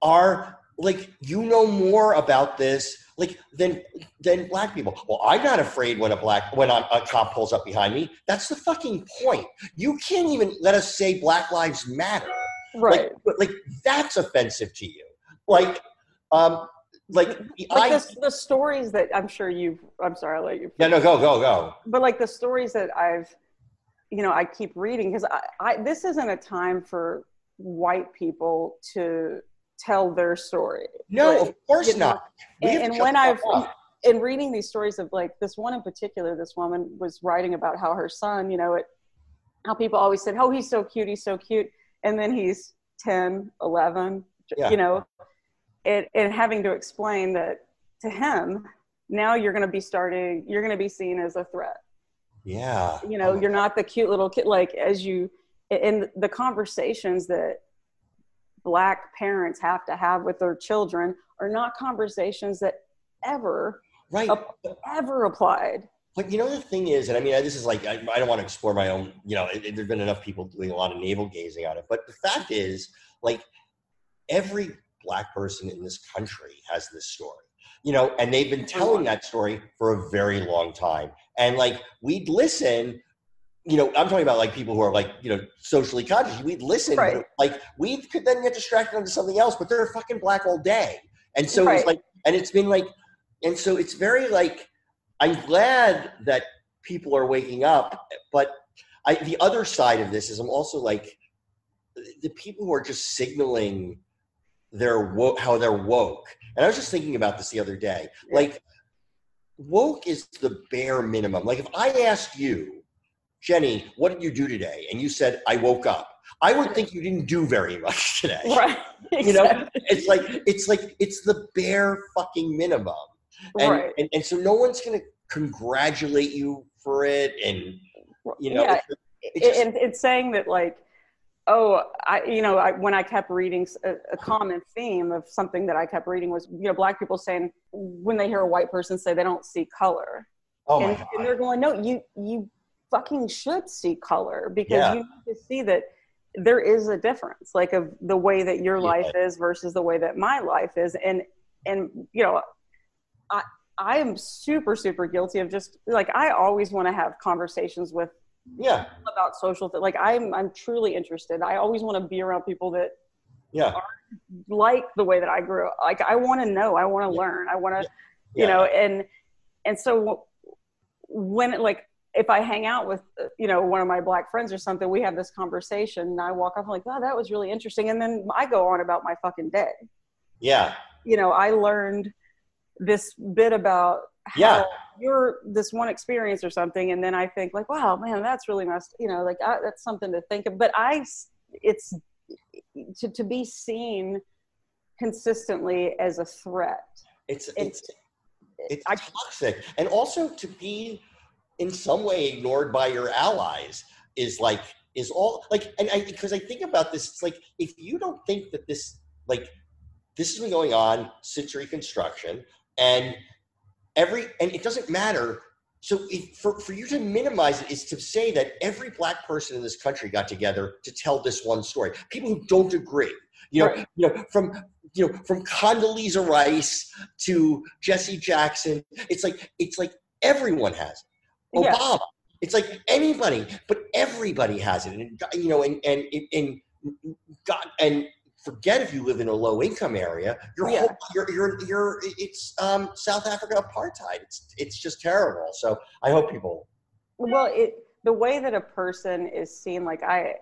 Speaker 3: are like you know more about this like than than black people. Well, I'm not afraid when a black when a, a cop pulls up behind me. That's the fucking point. You can't even let us say Black Lives Matter.
Speaker 2: Right.
Speaker 3: Like, but, like that's offensive to you. Like, um, like the
Speaker 2: like
Speaker 3: I,
Speaker 2: the, the stories that I'm sure you've, I'm sorry, I'll let you,
Speaker 3: yeah, no, go, go, go.
Speaker 2: but like the stories that I've, you know, I keep reading because I, I, this isn't a time for white people to tell their story.
Speaker 3: No,
Speaker 2: Like,
Speaker 3: of course
Speaker 2: you know,
Speaker 3: not. We
Speaker 2: and-
Speaker 3: have
Speaker 2: and
Speaker 3: to
Speaker 2: when
Speaker 3: shut the
Speaker 2: I've-
Speaker 3: fuck up.
Speaker 2: in reading these stories of like this one in particular, this woman was writing about how her son, you know, it, how people always said, oh, he's so cute, he's so cute. And then he's 10, 11, j-
Speaker 3: Yeah.
Speaker 2: you know, and, and having to explain that to him, now you're going to be starting, you're going to be seen as a threat.
Speaker 3: yeah,
Speaker 2: You know,
Speaker 3: Oh,
Speaker 2: you're not the cute little kid. Like, as you, in the conversations that black parents have to have with their children are not conversations that ever
Speaker 3: right.
Speaker 2: up- ever
Speaker 3: <laughs>
Speaker 2: applied.
Speaker 3: But you know the thing is, and I mean, I- this is like I, I don't want to explore my own. You know, it, there's been enough people doing a lot of navel gazing on it. But the fact is, like every black person in this country has this story. You know, and they've been telling that story for a very long time. And like we'd listen. You know, I'm talking about like people who are like you know socially conscious. We'd listen, but,
Speaker 2: Right.
Speaker 3: like we could then get distracted onto something else. But they're fucking black all day, and so
Speaker 2: Right.
Speaker 3: it's like, and it's been like, and so it's very like. I'm glad that people are waking up, but I, the other side of this is I'm also like the people who are just signaling their wo- how they're woke. And I was just thinking about this the other day.
Speaker 2: Yeah.
Speaker 3: Like woke is the bare minimum. Like if I asked you, Jenny, what did you do today? And you said I woke up. I would think you didn't do very much <laughs> today
Speaker 2: Right.
Speaker 3: You know, it's like it's like it's the bare fucking minimum and,
Speaker 2: right.
Speaker 3: and and so no one's gonna congratulate you for it and you know
Speaker 2: yeah.
Speaker 3: it's- it just-
Speaker 2: and it's saying that like, oh, I, you know, I, when I kept reading, s- a, a common theme of something that I kept reading was, you know, black people saying when they hear a white person say they don't see color,
Speaker 3: oh my
Speaker 2: and,
Speaker 3: god
Speaker 2: and they're going, no, you you fucking should see color because
Speaker 3: Yeah.
Speaker 2: you need to see that there is a difference, like of the way that your
Speaker 3: Yeah.
Speaker 2: life is versus the way that my life is, and and you know, I I am super super guilty of just like I always want to have conversations with
Speaker 3: yeah
Speaker 2: about social th- like I'm I'm truly interested. I always want to be around people that
Speaker 3: yeah
Speaker 2: like the way that I grew up. Like I want to know, I want to
Speaker 3: Yeah.
Speaker 2: learn, I want to
Speaker 3: yeah.
Speaker 2: you know and and so when like if i hang out with uh, you know one of my black friends or something we have this conversation and i walk off I'm like oh that was really interesting and then i go on about my fucking day
Speaker 3: yeah
Speaker 2: you know i learned this bit about how
Speaker 3: Yeah.
Speaker 2: your this one experience or something and then i think like wow man that's really messed you know like I, that's something to think of but i s- it's to, to be seen consistently as a threat
Speaker 3: it's it's
Speaker 2: it's-
Speaker 3: it's
Speaker 2: I-
Speaker 3: toxic and also to be in some way ignored by your allies is like is all like and i because i think about this it's like if you don't think that this like this has been going on since reconstruction and every and it doesn't matter so if, for, for you to minimize it is to say that every black person in this country got together to tell this one story people who don't agree you know
Speaker 2: Right.
Speaker 3: you know from you know from condoleezza rice to jesse jackson it's like it's like everyone has it
Speaker 2: Yeah.
Speaker 3: obama it's like anybody but everybody has it and you know and and and god and forget if you live in a low income area your
Speaker 2: Yeah.
Speaker 3: whole your your your it's um south africa apartheid it's it's just terrible so i hope people
Speaker 2: well it the way that a person is seen like i i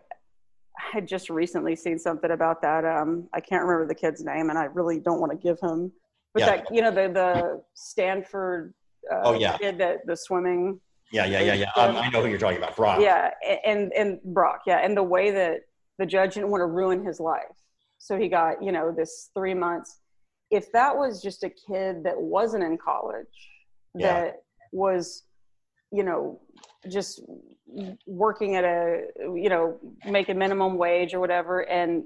Speaker 2: had just recently seen something about that um i can't remember the kid's name and i really don't want to give him but
Speaker 3: Yeah.
Speaker 2: that you know the the stanford uh,
Speaker 3: Oh, yeah.
Speaker 2: kid that the swimming
Speaker 3: Yeah, yeah, yeah, yeah. Um, I know who you're talking about, Brock.
Speaker 2: yeah a- and and brock yeah and the way that the judge didn't want to ruin his life so he got you know this three months if that was just a kid that wasn't in college
Speaker 3: Yeah.
Speaker 2: that was you know just working at a you know making minimum wage or whatever and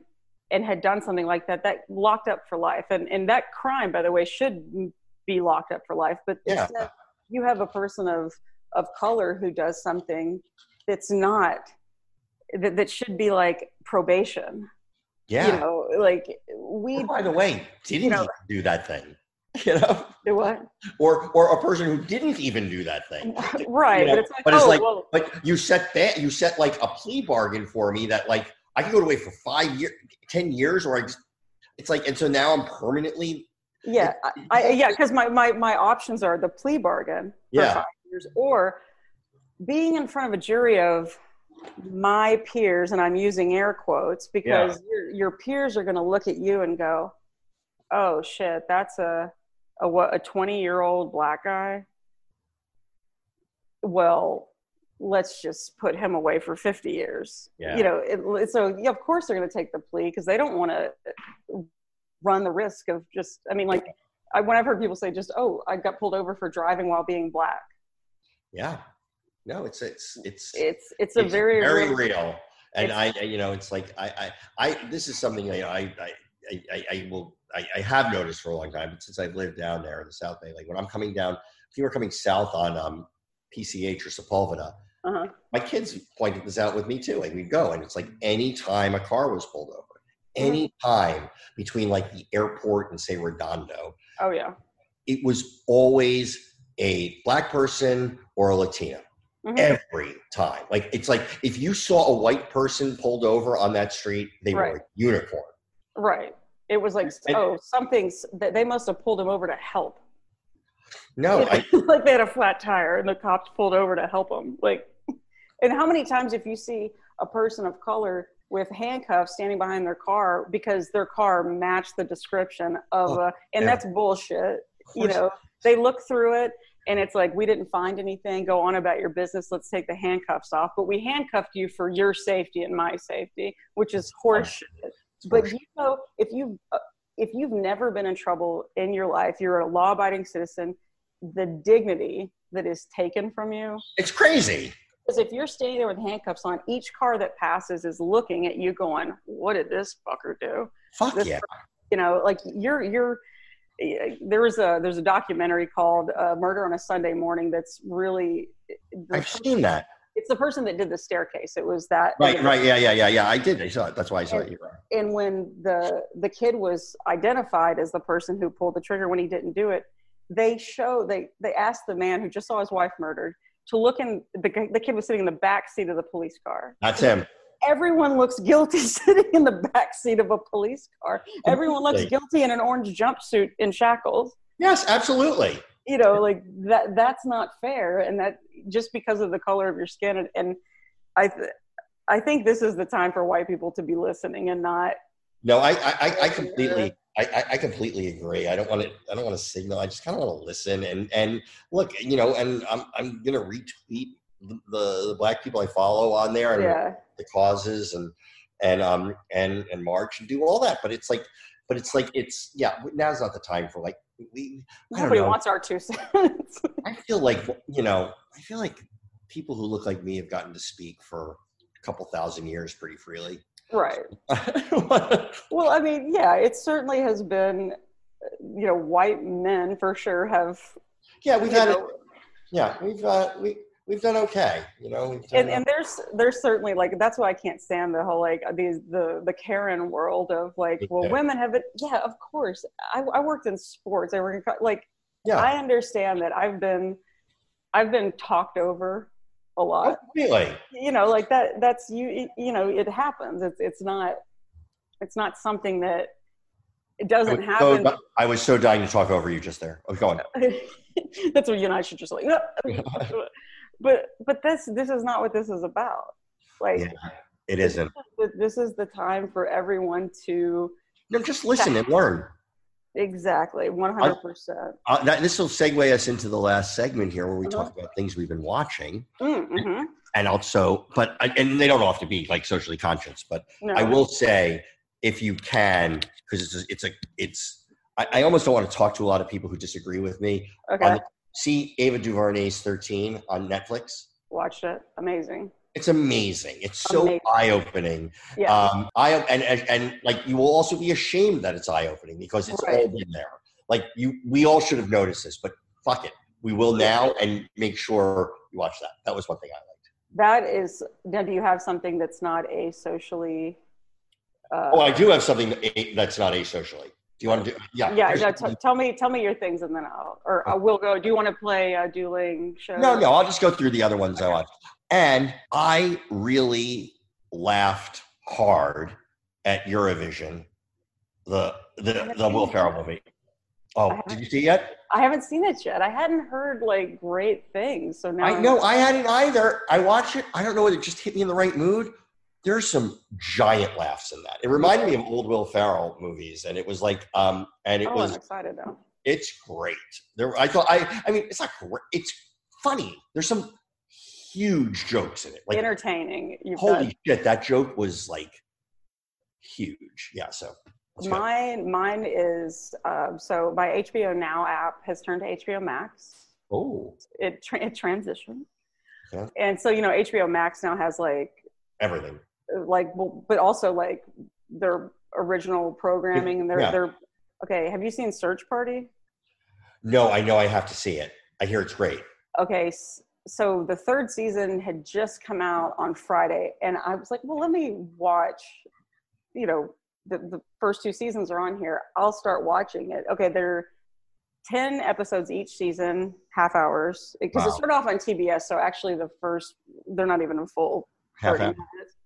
Speaker 2: and had done something like that that locked up for life and and that crime by the way should be locked up for life but
Speaker 3: Yeah.
Speaker 2: instead you have a person of of color who does something that's not that, that should be like probation
Speaker 3: yeah.
Speaker 2: you know like we
Speaker 3: Or, by the way, didn't
Speaker 2: You know-
Speaker 3: even do that thing, <laughs> you know,
Speaker 2: do
Speaker 3: <laughs>
Speaker 2: what
Speaker 3: or or a person who didn't even do that thing.
Speaker 2: right
Speaker 3: know,
Speaker 2: but it's like
Speaker 3: but
Speaker 2: oh
Speaker 3: it's like-
Speaker 2: well
Speaker 3: Like you set that, you set like a plea bargain for me that like I can go away for five years, ten years, or I just. It's like, and so now I'm permanently.
Speaker 2: yeah I, I yeah because my, my my options are the plea bargain for
Speaker 3: Yeah.
Speaker 2: five years or being in front of a jury of my peers and i'm using air quotes because your, your peers are going to look at you and go oh shit that's a a what a 20 year old black guy well let's just put him away for 50 years
Speaker 3: Yeah.
Speaker 2: you know it, so yeah, of course they're going to take the plea because they don't want to run the risk of just i mean like I, when i've heard people say just oh i got pulled over for driving while being black
Speaker 3: Yeah. No, it's it's it's
Speaker 2: it's it's a very,
Speaker 3: very
Speaker 2: real-
Speaker 3: real. And I,
Speaker 2: it's-
Speaker 3: I, you know, it's like I, I, I this is something you know, I, I, I, I, I will, I, I have noticed for a long time. But since I've lived down there in the South Bay, like when I'm coming down, if you were coming south on um, PCH or Sepulveda,
Speaker 2: uh-huh.
Speaker 3: my kids pointed this out with me too. Like we'd go, and it's like any time a car was pulled over,
Speaker 2: Mhm.
Speaker 3: any time between like the airport and say Redondo,
Speaker 2: oh yeah
Speaker 3: it was always a black person or a Latino
Speaker 2: Mhm.
Speaker 3: every time. Like it's like if you saw a white person pulled over on that street, they
Speaker 2: Right.
Speaker 3: were a unicorn.
Speaker 2: right it was like
Speaker 3: And-
Speaker 2: oh something's that they must have pulled him over to help <laughs>
Speaker 3: No, I,
Speaker 2: like they had a flat tire and the cops pulled over to help them like <laughs> and how many times if you see a person of color with handcuffs standing behind their car because their car matched the description of
Speaker 3: Oh,
Speaker 2: a and
Speaker 3: yeah.
Speaker 2: that's bullshit
Speaker 3: of
Speaker 2: you
Speaker 3: course-
Speaker 2: know they look through it and it's like we didn't find anything go on about your business let's take the handcuffs off but we handcuffed you for your safety and my safety which is horseshit
Speaker 3: it's
Speaker 2: but
Speaker 3: horseshit.
Speaker 2: you know if you've uh, if you've never been in trouble in your life you're a law-abiding citizen the dignity that is taken from you
Speaker 3: it's crazy.
Speaker 2: because if you're standing there with handcuffs on each car that passes is looking at you going what did this fucker do
Speaker 3: Fuck
Speaker 2: This
Speaker 3: yeah.
Speaker 2: you know like you're you're there was a there's a documentary called uh, murder on a sunday morning that's really
Speaker 3: I've seen that.
Speaker 2: it's the person that did the staircase it was that
Speaker 3: Right, right, yeah, yeah, yeah, yeah. I did. I saw it. That's why I saw it. You're right.
Speaker 2: and when the the kid was identified as the person who pulled the trigger when he didn't do it they show they they asked the man who just saw his wife murdered to look in the, g- the kid was sitting in the back seat of the police car
Speaker 3: That's him.
Speaker 2: everyone looks guilty <laughs> sitting in the back seat of a police car everyone looks
Speaker 3: Completely.
Speaker 2: guilty in an orange jumpsuit in shackles
Speaker 3: Yes, absolutely.
Speaker 2: you know like that that's not fair and that just because of the color of your skin and, and i th- i think this is the time for white people to be listening and not
Speaker 3: No, I, I, I, I completely, I, I, I completely agree. I don't want to, I don't want to signal. I just kind of want to listen and and look, you know, and I'm I'm gonna retweet the, the, the black people I follow on there and
Speaker 2: yeah
Speaker 3: the causes and and um and and march and do all that but it's like but it's like it's yeah now's not the time for like we I don't
Speaker 2: nobody
Speaker 3: know.
Speaker 2: wants our two cents <laughs>
Speaker 3: i feel like you know i feel like people who look like me have gotten to speak for a couple thousand years pretty freely <laughs>
Speaker 2: right well i mean yeah it certainly has been uh, you know white men for sure have
Speaker 3: yeah we've
Speaker 2: you
Speaker 3: had it
Speaker 2: know,
Speaker 3: yeah we've uh we we've done okay you know we've done
Speaker 2: and, and there's there's certainly like that's why I can't stand the whole like these the the Karen world of like well
Speaker 3: Yeah.
Speaker 2: women have it yeah of course I, I worked in sports I worked in co- like
Speaker 3: yeah
Speaker 2: I understand that I've been I've been talked over a
Speaker 3: Oh,
Speaker 2: lot.
Speaker 3: really
Speaker 2: You know, like that that's you you know, it happens. It's it's not it's not something that it doesn't
Speaker 3: I was so
Speaker 2: <laughs> happen.
Speaker 3: di- I was so dying to talk over you just there. Oh, go on.
Speaker 2: that's what you and I should just like. <laughs> but but this this is not what this is about. Like
Speaker 3: Yeah. It isn't.
Speaker 2: th- this is the time for everyone to
Speaker 3: No, just listen and learn.
Speaker 2: exactly 100%. percent
Speaker 3: Uh, that, this will segue us into the last segment here, where we
Speaker 2: Uh-huh.
Speaker 3: talk about things we've been watching,
Speaker 2: mm
Speaker 3: and also, but I- and they don't have to be like socially conscious, but
Speaker 2: No.
Speaker 3: I will say, if you can, because it's a, it's a it's I, I almost don't want to talk to a lot of people who disagree with me.
Speaker 2: Okay.
Speaker 3: on- See Ava DuVernay's Thirteen on Netflix.
Speaker 2: Watched it. Amazing.
Speaker 3: It's amazing. It's so
Speaker 2: Amazing.
Speaker 3: eye opening.
Speaker 2: Yeah.
Speaker 3: Um, eye and, and and like you will also be ashamed that it's eye opening because it's
Speaker 2: Right.
Speaker 3: all been there. Like you, we all should have noticed this, but fuck it, we will now and make sure you watch that. That was one thing I
Speaker 2: Uh,
Speaker 3: liked.
Speaker 2: that is now do you have something that's not a socially uh,
Speaker 3: Oh, I do have something that- that's not asocially. Do you want to do? Yeah,
Speaker 2: yeah,
Speaker 3: here's
Speaker 2: no,
Speaker 3: something-
Speaker 2: t- tell me, tell me your things, and then I'll or I will go. Do you want to play a dueling show?
Speaker 3: No, no, I'll just go through the other ones I watched. And I really laughed hard at Eurovision, the the, the Will Ferrell movie. Oh, did you see it yet?
Speaker 2: I haven't seen it yet. I hadn't heard like great things, so now
Speaker 3: I know I hadn't either. I watched it. I don't know whether it just hit me in the right mood. There's some giant laughs in that. It reminded me of old Will Ferrell movies, and it was like, um, and it
Speaker 2: oh,
Speaker 3: was
Speaker 2: I'm excited now.
Speaker 3: it's great. There, I thought I, I mean, it's not great. It's funny. There's some huge jokes in it. Like
Speaker 2: Entertaining. You've
Speaker 3: Holy
Speaker 2: done.
Speaker 3: shit, that joke was like huge. Yeah, so that's good.
Speaker 2: Mine, mine is um, so my HBO Now app has turned to HBO Max.
Speaker 3: oh
Speaker 2: It, tra- it transitioned,
Speaker 3: Okay.
Speaker 2: and so you know HBO Max now has like
Speaker 3: everything.
Speaker 2: like well, but also like their original programming and their
Speaker 3: Yeah.
Speaker 2: their okay. Have you seen Search Party?
Speaker 3: No, I know I have to see it. I hear it's great.
Speaker 2: okay s- so the third season had just come out on friday and i was like well let me watch you know the, the first two seasons are on here i'll start watching it okay they're 10 episodes each season half hours because it
Speaker 3: Wow.
Speaker 2: started off on tbs so actually the first they're not even a full
Speaker 3: Half
Speaker 2: 30
Speaker 3: hour.
Speaker 2: minutes.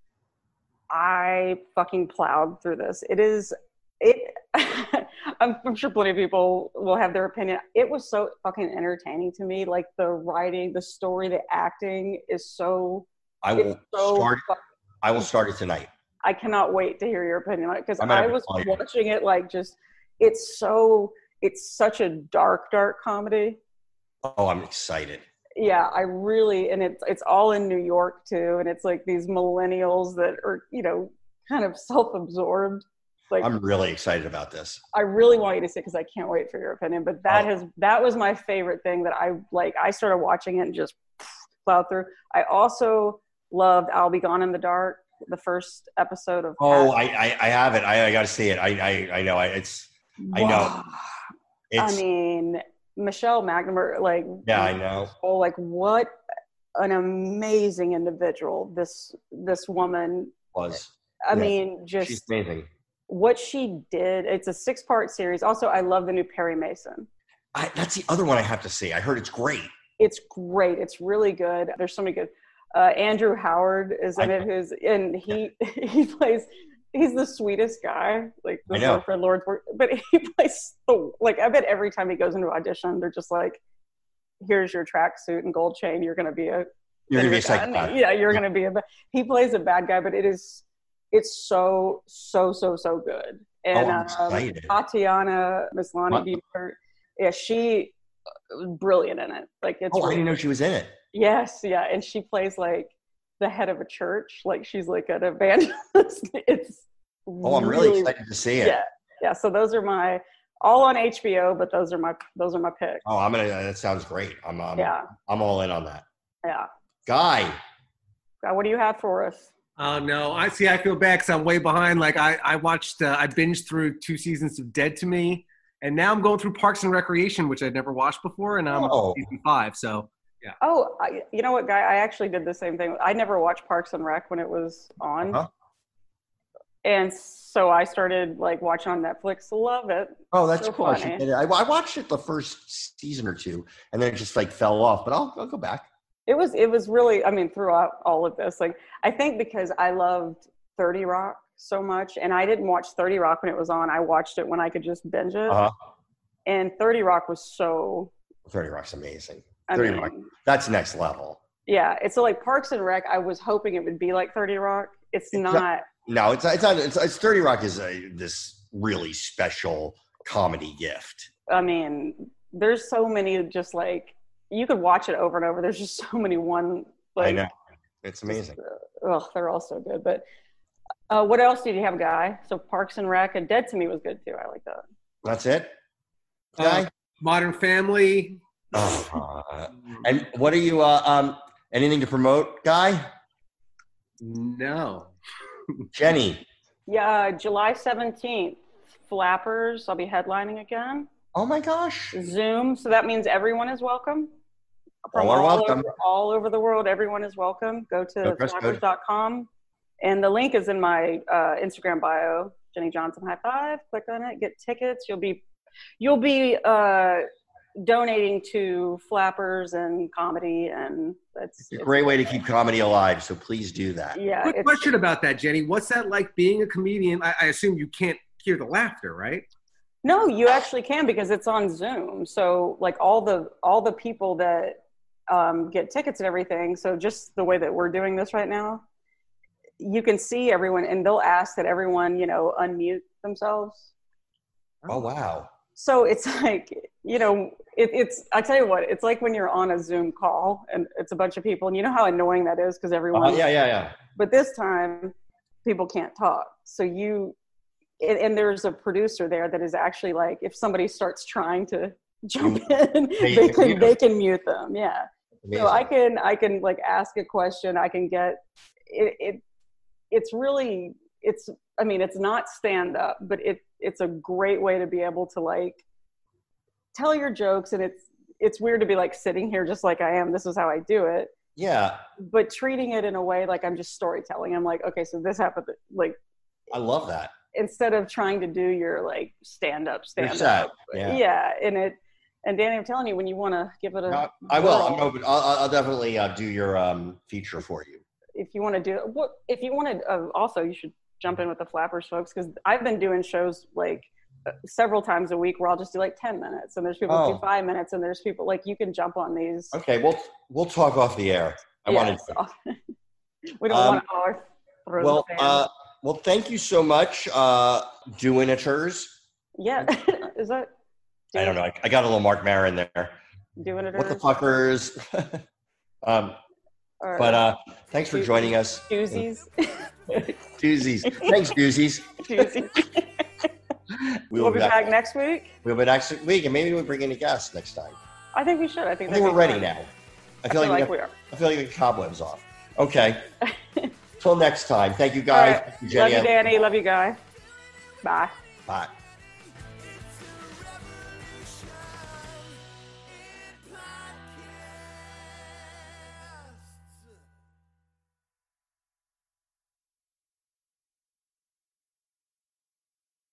Speaker 2: I fucking plowed through this. It is it <laughs> I'm, I'm sure plenty of people will have their opinion. It was so fucking entertaining to me. Like the writing, the story, the acting is so
Speaker 3: I will
Speaker 2: it's so
Speaker 3: start.
Speaker 2: fuck-
Speaker 3: I will start it tonight.
Speaker 2: I cannot wait to hear your opinion on it because
Speaker 3: I might
Speaker 2: I
Speaker 3: have to
Speaker 2: was
Speaker 3: call you.
Speaker 2: watching it like just it's so it's such a dark dark comedy.
Speaker 3: Oh, I'm excited.
Speaker 2: yeah i really and it's it's all in new york too and it's like these millennials that are you know kind of self-absorbed like i
Speaker 3: I'm really excited about this.
Speaker 2: really want you to see because i can't wait for your opinion but that
Speaker 3: Oh.
Speaker 2: has that was my favorite thing that i like i started watching it and just plowed through i also loved i'll be gone in the dark the first episode of
Speaker 3: Oh,
Speaker 2: Pat-
Speaker 3: I, I, I have it. I, I got to see it. I, I, I know. I, it's, I know.
Speaker 2: Wow.
Speaker 3: it's.
Speaker 2: i mean michelle mcnamara like
Speaker 3: yeah, I know.
Speaker 2: oh like what an amazing individual this this woman
Speaker 3: Was
Speaker 2: I
Speaker 3: Yeah.
Speaker 2: mean, just
Speaker 3: she's amazing?
Speaker 2: what she did. It's a six part series. Also, I love the new Perry Mason.
Speaker 3: I, that's the other one I have to see. I heard it's great.
Speaker 2: It's great. It's really good. There's so many good. Uh, Andrew Howard is in
Speaker 3: I-
Speaker 2: it, who's and he <laughs> he plays. He's the sweetest guy, like
Speaker 3: I
Speaker 2: the
Speaker 3: know.
Speaker 2: Wilfred Lord's work. But he <laughs> plays the like. I bet every time he goes into audition, they're just like, "Here's your tracksuit and gold chain. You're going to be a You're
Speaker 3: You're gonna be a
Speaker 2: gonna-
Speaker 3: psychopath.
Speaker 2: Yeah, you're
Speaker 3: Yeah.
Speaker 2: gonna be a. ba- He plays a bad guy, but it is, it's so so so so good.
Speaker 3: Oh,
Speaker 2: And
Speaker 3: I'm
Speaker 2: um,
Speaker 3: excited.
Speaker 2: Tatiana
Speaker 3: What?
Speaker 2: Maslany Beaver, yeah, she uh, brilliant in it. Like it's
Speaker 3: Oh, I
Speaker 2: really-
Speaker 3: didn't know she was in it.
Speaker 2: yes, yeah, and she plays like the head of a church. Like she's like an evangelist. <laughs> it's
Speaker 3: Oh, I'm really, excited to see it.
Speaker 2: Yeah, yeah. So those are my all on HBO, but those are my those are my picks.
Speaker 3: Oh, I'm gonna. That sounds great. I'm, I'm,
Speaker 2: yeah,
Speaker 3: I'm all in on that.
Speaker 2: yeah.
Speaker 3: Guy,
Speaker 2: God, what do you have for us?
Speaker 4: Oh no! I see. I feel bad because I'm way behind. Like I, I watched, uh, I binged through two seasons of Dead to Me, and now I'm going through Parks and Recreation, which I'd never watched before, and
Speaker 2: Um,
Speaker 4: I'm on
Speaker 3: Oh.
Speaker 4: season five. So
Speaker 2: Oh, I, you know what, guy? I actually did the same thing. I never watched Parks and Rec when it was on,
Speaker 3: Uh-huh.
Speaker 2: and so I started like watching on Netflix. Love it.
Speaker 3: Oh, that's
Speaker 2: So
Speaker 3: cool. I, should
Speaker 2: funny.
Speaker 3: get it. I, I watched it the first season or two, and then it just like fell off. But I'll, I'll go back.
Speaker 2: It was it was really. I mean, throughout all of this, like I think because I loved Thirty Rock so much, and I didn't watch Thirty Rock when it was on. I watched it when I could just binge it,
Speaker 3: Uh-huh.
Speaker 2: and Thirty Rock was so.
Speaker 3: Thirty Rock's amazing.
Speaker 2: I
Speaker 3: 30
Speaker 2: mean,
Speaker 3: Rock. That's next level.
Speaker 2: yeah, it's so like Parks and Rec. I was hoping it would be like Thirty Rock. It's
Speaker 3: not-
Speaker 2: not.
Speaker 3: No, it's it's not. It's, it's Thirty Rock is a this really special comedy gift.
Speaker 2: I mean, there's so many just like you could watch it over and over. There's just so many one. Like,
Speaker 3: I know. It's amazing.
Speaker 2: Ugh, they're all so good. But uh, what else did you have, Guy? So Parks and Rec and Dead to Me was good too. I like that.
Speaker 3: That's it.
Speaker 4: Uh,
Speaker 3: Guy?
Speaker 4: Modern Family.
Speaker 3: Uh, and what are you? Uh, um, anything to promote, Guy?
Speaker 4: no.
Speaker 3: Jenny?
Speaker 2: Yeah, uh, July 17th, Flappers. I'll be headlining again.
Speaker 3: Oh my gosh!
Speaker 2: Zoom. So that means everyone is welcome.
Speaker 3: All are welcome.
Speaker 2: Over, all over the world, everyone is welcome. Go
Speaker 3: No
Speaker 2: to
Speaker 3: dress code.
Speaker 2: flappers.com. And the link is in my uh, Instagram bio, Jenny Johnson High Five. Click on it, get tickets. You'll be you'll be uh, donating to flappers and comedy and that's
Speaker 3: It's a great way to keep comedy alive. So please do that.
Speaker 2: yeah.
Speaker 4: Quick
Speaker 2: it's-
Speaker 4: question about that, Jenny. What's that like being a comedian? I, I assume you can't hear the laughter, right?
Speaker 2: No, you actually can because it's on Zoom. So like all the all the people that um, get tickets and everything. So just the way that we're doing this right now, you can see everyone, and they'll ask that everyone you know unmute themselves.
Speaker 3: Oh wow!
Speaker 2: So it's <laughs> like you know it, it's I tell you what it's like when you're on a Zoom call and it's a bunch of people, and you know how annoying that is because everyone
Speaker 3: Uh, yeah, yeah, yeah.
Speaker 2: but this time people can't talk so you and, and there's a producer there that is actually like if somebody starts trying to <laughs> jump in
Speaker 3: They
Speaker 2: they,
Speaker 3: can
Speaker 2: can
Speaker 3: mute
Speaker 2: they can mute them yeah
Speaker 3: Amazing.
Speaker 2: so i can i can like ask a question i can get it, it it's really it's i mean it's not stand up but it it's a great way to be able to like tell your jokes and it's it's weird to be like sitting here just like i am this is how i do it
Speaker 3: yeah,
Speaker 2: but treating it in a way like I'm just storytelling. I'm like, okay, so this happened. Like
Speaker 3: I love that.
Speaker 2: instead of trying to do your like stand up,
Speaker 3: Your
Speaker 2: stand
Speaker 3: set.
Speaker 2: up,
Speaker 3: Yeah.
Speaker 2: And it, and Danny, I'm telling you, when you want to give it a,
Speaker 3: No, Uh, I will. I'm
Speaker 2: whirl,
Speaker 3: open. I'll, I'll I'll definitely uh, do your um, feature for you.
Speaker 2: If you want to do what, if you want to, uh, also you should jump in with the flappers, folks, because I've been doing shows like uh, several times a week where I'll just do like 10 minutes, and there's people who
Speaker 3: Oh.
Speaker 2: do five minutes, and there's people like you can jump on these.
Speaker 3: Okay, we'll we'll talk off the air. I
Speaker 2: Yeah,
Speaker 3: wanted.
Speaker 2: so- <laughs> we don't
Speaker 3: Um,
Speaker 2: want our throws
Speaker 3: Well,
Speaker 2: the fan.
Speaker 3: uh, well, thank you so much, uh, doinators.
Speaker 2: yeah, <laughs> is that?
Speaker 3: I don't know. I, I got a little Mark Maron there.
Speaker 2: doing it.
Speaker 3: What the
Speaker 2: or-
Speaker 3: fuckers? <laughs> um,
Speaker 2: or
Speaker 3: but uh, thanks for joining us, <laughs>
Speaker 2: doozies,
Speaker 3: doozies. Thanks, doozies.
Speaker 2: <laughs> doozies.
Speaker 3: We
Speaker 2: We'll be back next week.
Speaker 3: We'll be back next week, and maybe we'll bring in a guest next time.
Speaker 2: I think we should. I think,
Speaker 3: I think we're
Speaker 2: that'd be
Speaker 3: ready
Speaker 2: fun.
Speaker 3: now. I
Speaker 2: I
Speaker 3: feel, like, we
Speaker 2: are.
Speaker 3: I feel like the cobwebs off.
Speaker 2: <laughs>
Speaker 3: Okay. Till next time. Thank you,
Speaker 2: All
Speaker 3: guys.
Speaker 2: right.
Speaker 3: Thank you,
Speaker 2: Love
Speaker 3: Jenny.
Speaker 2: you, Danny. Love you, guy. Bye.
Speaker 3: Bye.